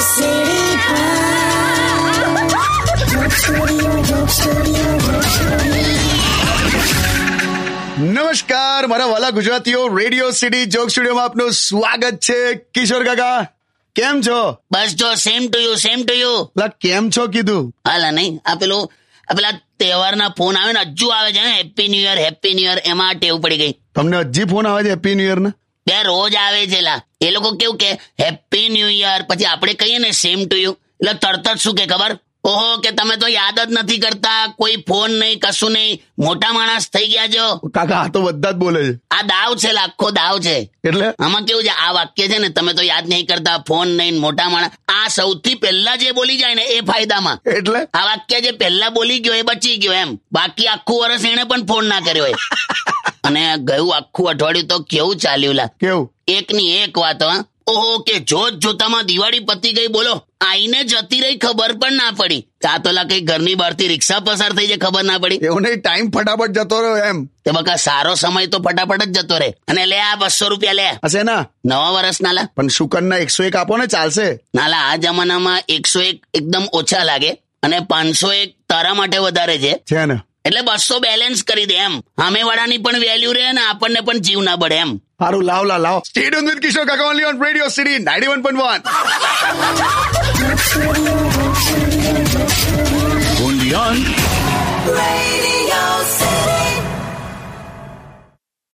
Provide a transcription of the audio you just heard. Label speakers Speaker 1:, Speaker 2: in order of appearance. Speaker 1: સીડી
Speaker 2: નમસ્કાર મારા વાલા ગુજરાતીઓ રેડિયો સિટી જોક સ્ટુડિયોમાં આપનું સ્વાગત છે કિશોર કાકા કેમ છો
Speaker 3: બસ જો same to you same to you
Speaker 2: લા કેમ છો કીધું
Speaker 3: હાલા નહીં આ પેલું આ પેલા તહેવારના ફોન આવે ને હજુ આવે છે ને happy new year happy new year એમાં આ ટેવ પડી ગઈ
Speaker 2: તમને હજી ફોન આવે છે હેપી ન્યુ ઇયર ના
Speaker 3: બે રોજ આવે છે લા એ લોકો કેવું કે હેપી ન્યુ યર પછી આપણે કહીએ ને સેમ ટુ યુ એટલે તરત જ શું કે ખબર ઓહો કે તમે તો યાદ જ નથી કરતા કોઈ ફોન નહીં કશું નહીં મોટા માણસ થઈ ગયા છો
Speaker 2: કાકા આ તો બધા જ બોલે છે
Speaker 3: આ દાવ છે લા, આખો દાવ છે
Speaker 2: એટલે
Speaker 3: આમાં કેવું છે આ વાક્ય છે ને તમે તો યાદ નહીં કરતા ફોન નહીં મોટા માણસ આ સૌથી પહેલા જે બોલી જાય ને એ ફાયદામાં
Speaker 2: એટલે
Speaker 3: આ વાક્ય જે પહેલા બોલી ગયો એ બચી ગયો એમ બાકી આખું વર્ષ એને પણ ફોન ના કર્યો હોય અને ગયું આખું અઠવાડિયું તો કેવું ચાલ્યું લા
Speaker 2: કેવું
Speaker 3: એકની એક વાત હા ઓહો કે જોત જોતામાં દિવાળી પતી ગઈ બોલો આઈને જતી રહી ખબર પણ ના પડી આ તો લા કઈ ઘરની બહારથી રિક્ષા પસાર થઈ જાય ખબર ના પડી
Speaker 2: એવું નહીં ટાઈમ ફટાફટ જતો રહ્યો એમ
Speaker 3: તે બકા સારો સમય તો ફટાફટ જ જતો રહે અને લે આ બસો રૂપિયા લે
Speaker 2: હશે ના
Speaker 3: નવા વર્ષના લા
Speaker 2: પણ સુકનના એકસો એક આપો ને ચાલશે
Speaker 3: નાલા આ જમાનામાં એકસો એક એકદમ ઓછા લાગે અને પાંચસો એક તારા માટે વધારે છે
Speaker 2: છે ને
Speaker 3: એટલે બસો બેલેન્સ કરી દે એમ સામે વાળાની પણ વેલ્યુ રહે ને આપણને પણ જીવ ના બળે એમ
Speaker 2: સારું લાવ લા લાવ સ્ટેડિયમ વિથ કિશોર કાકા only on radio city ninety one point one
Speaker 1: Radio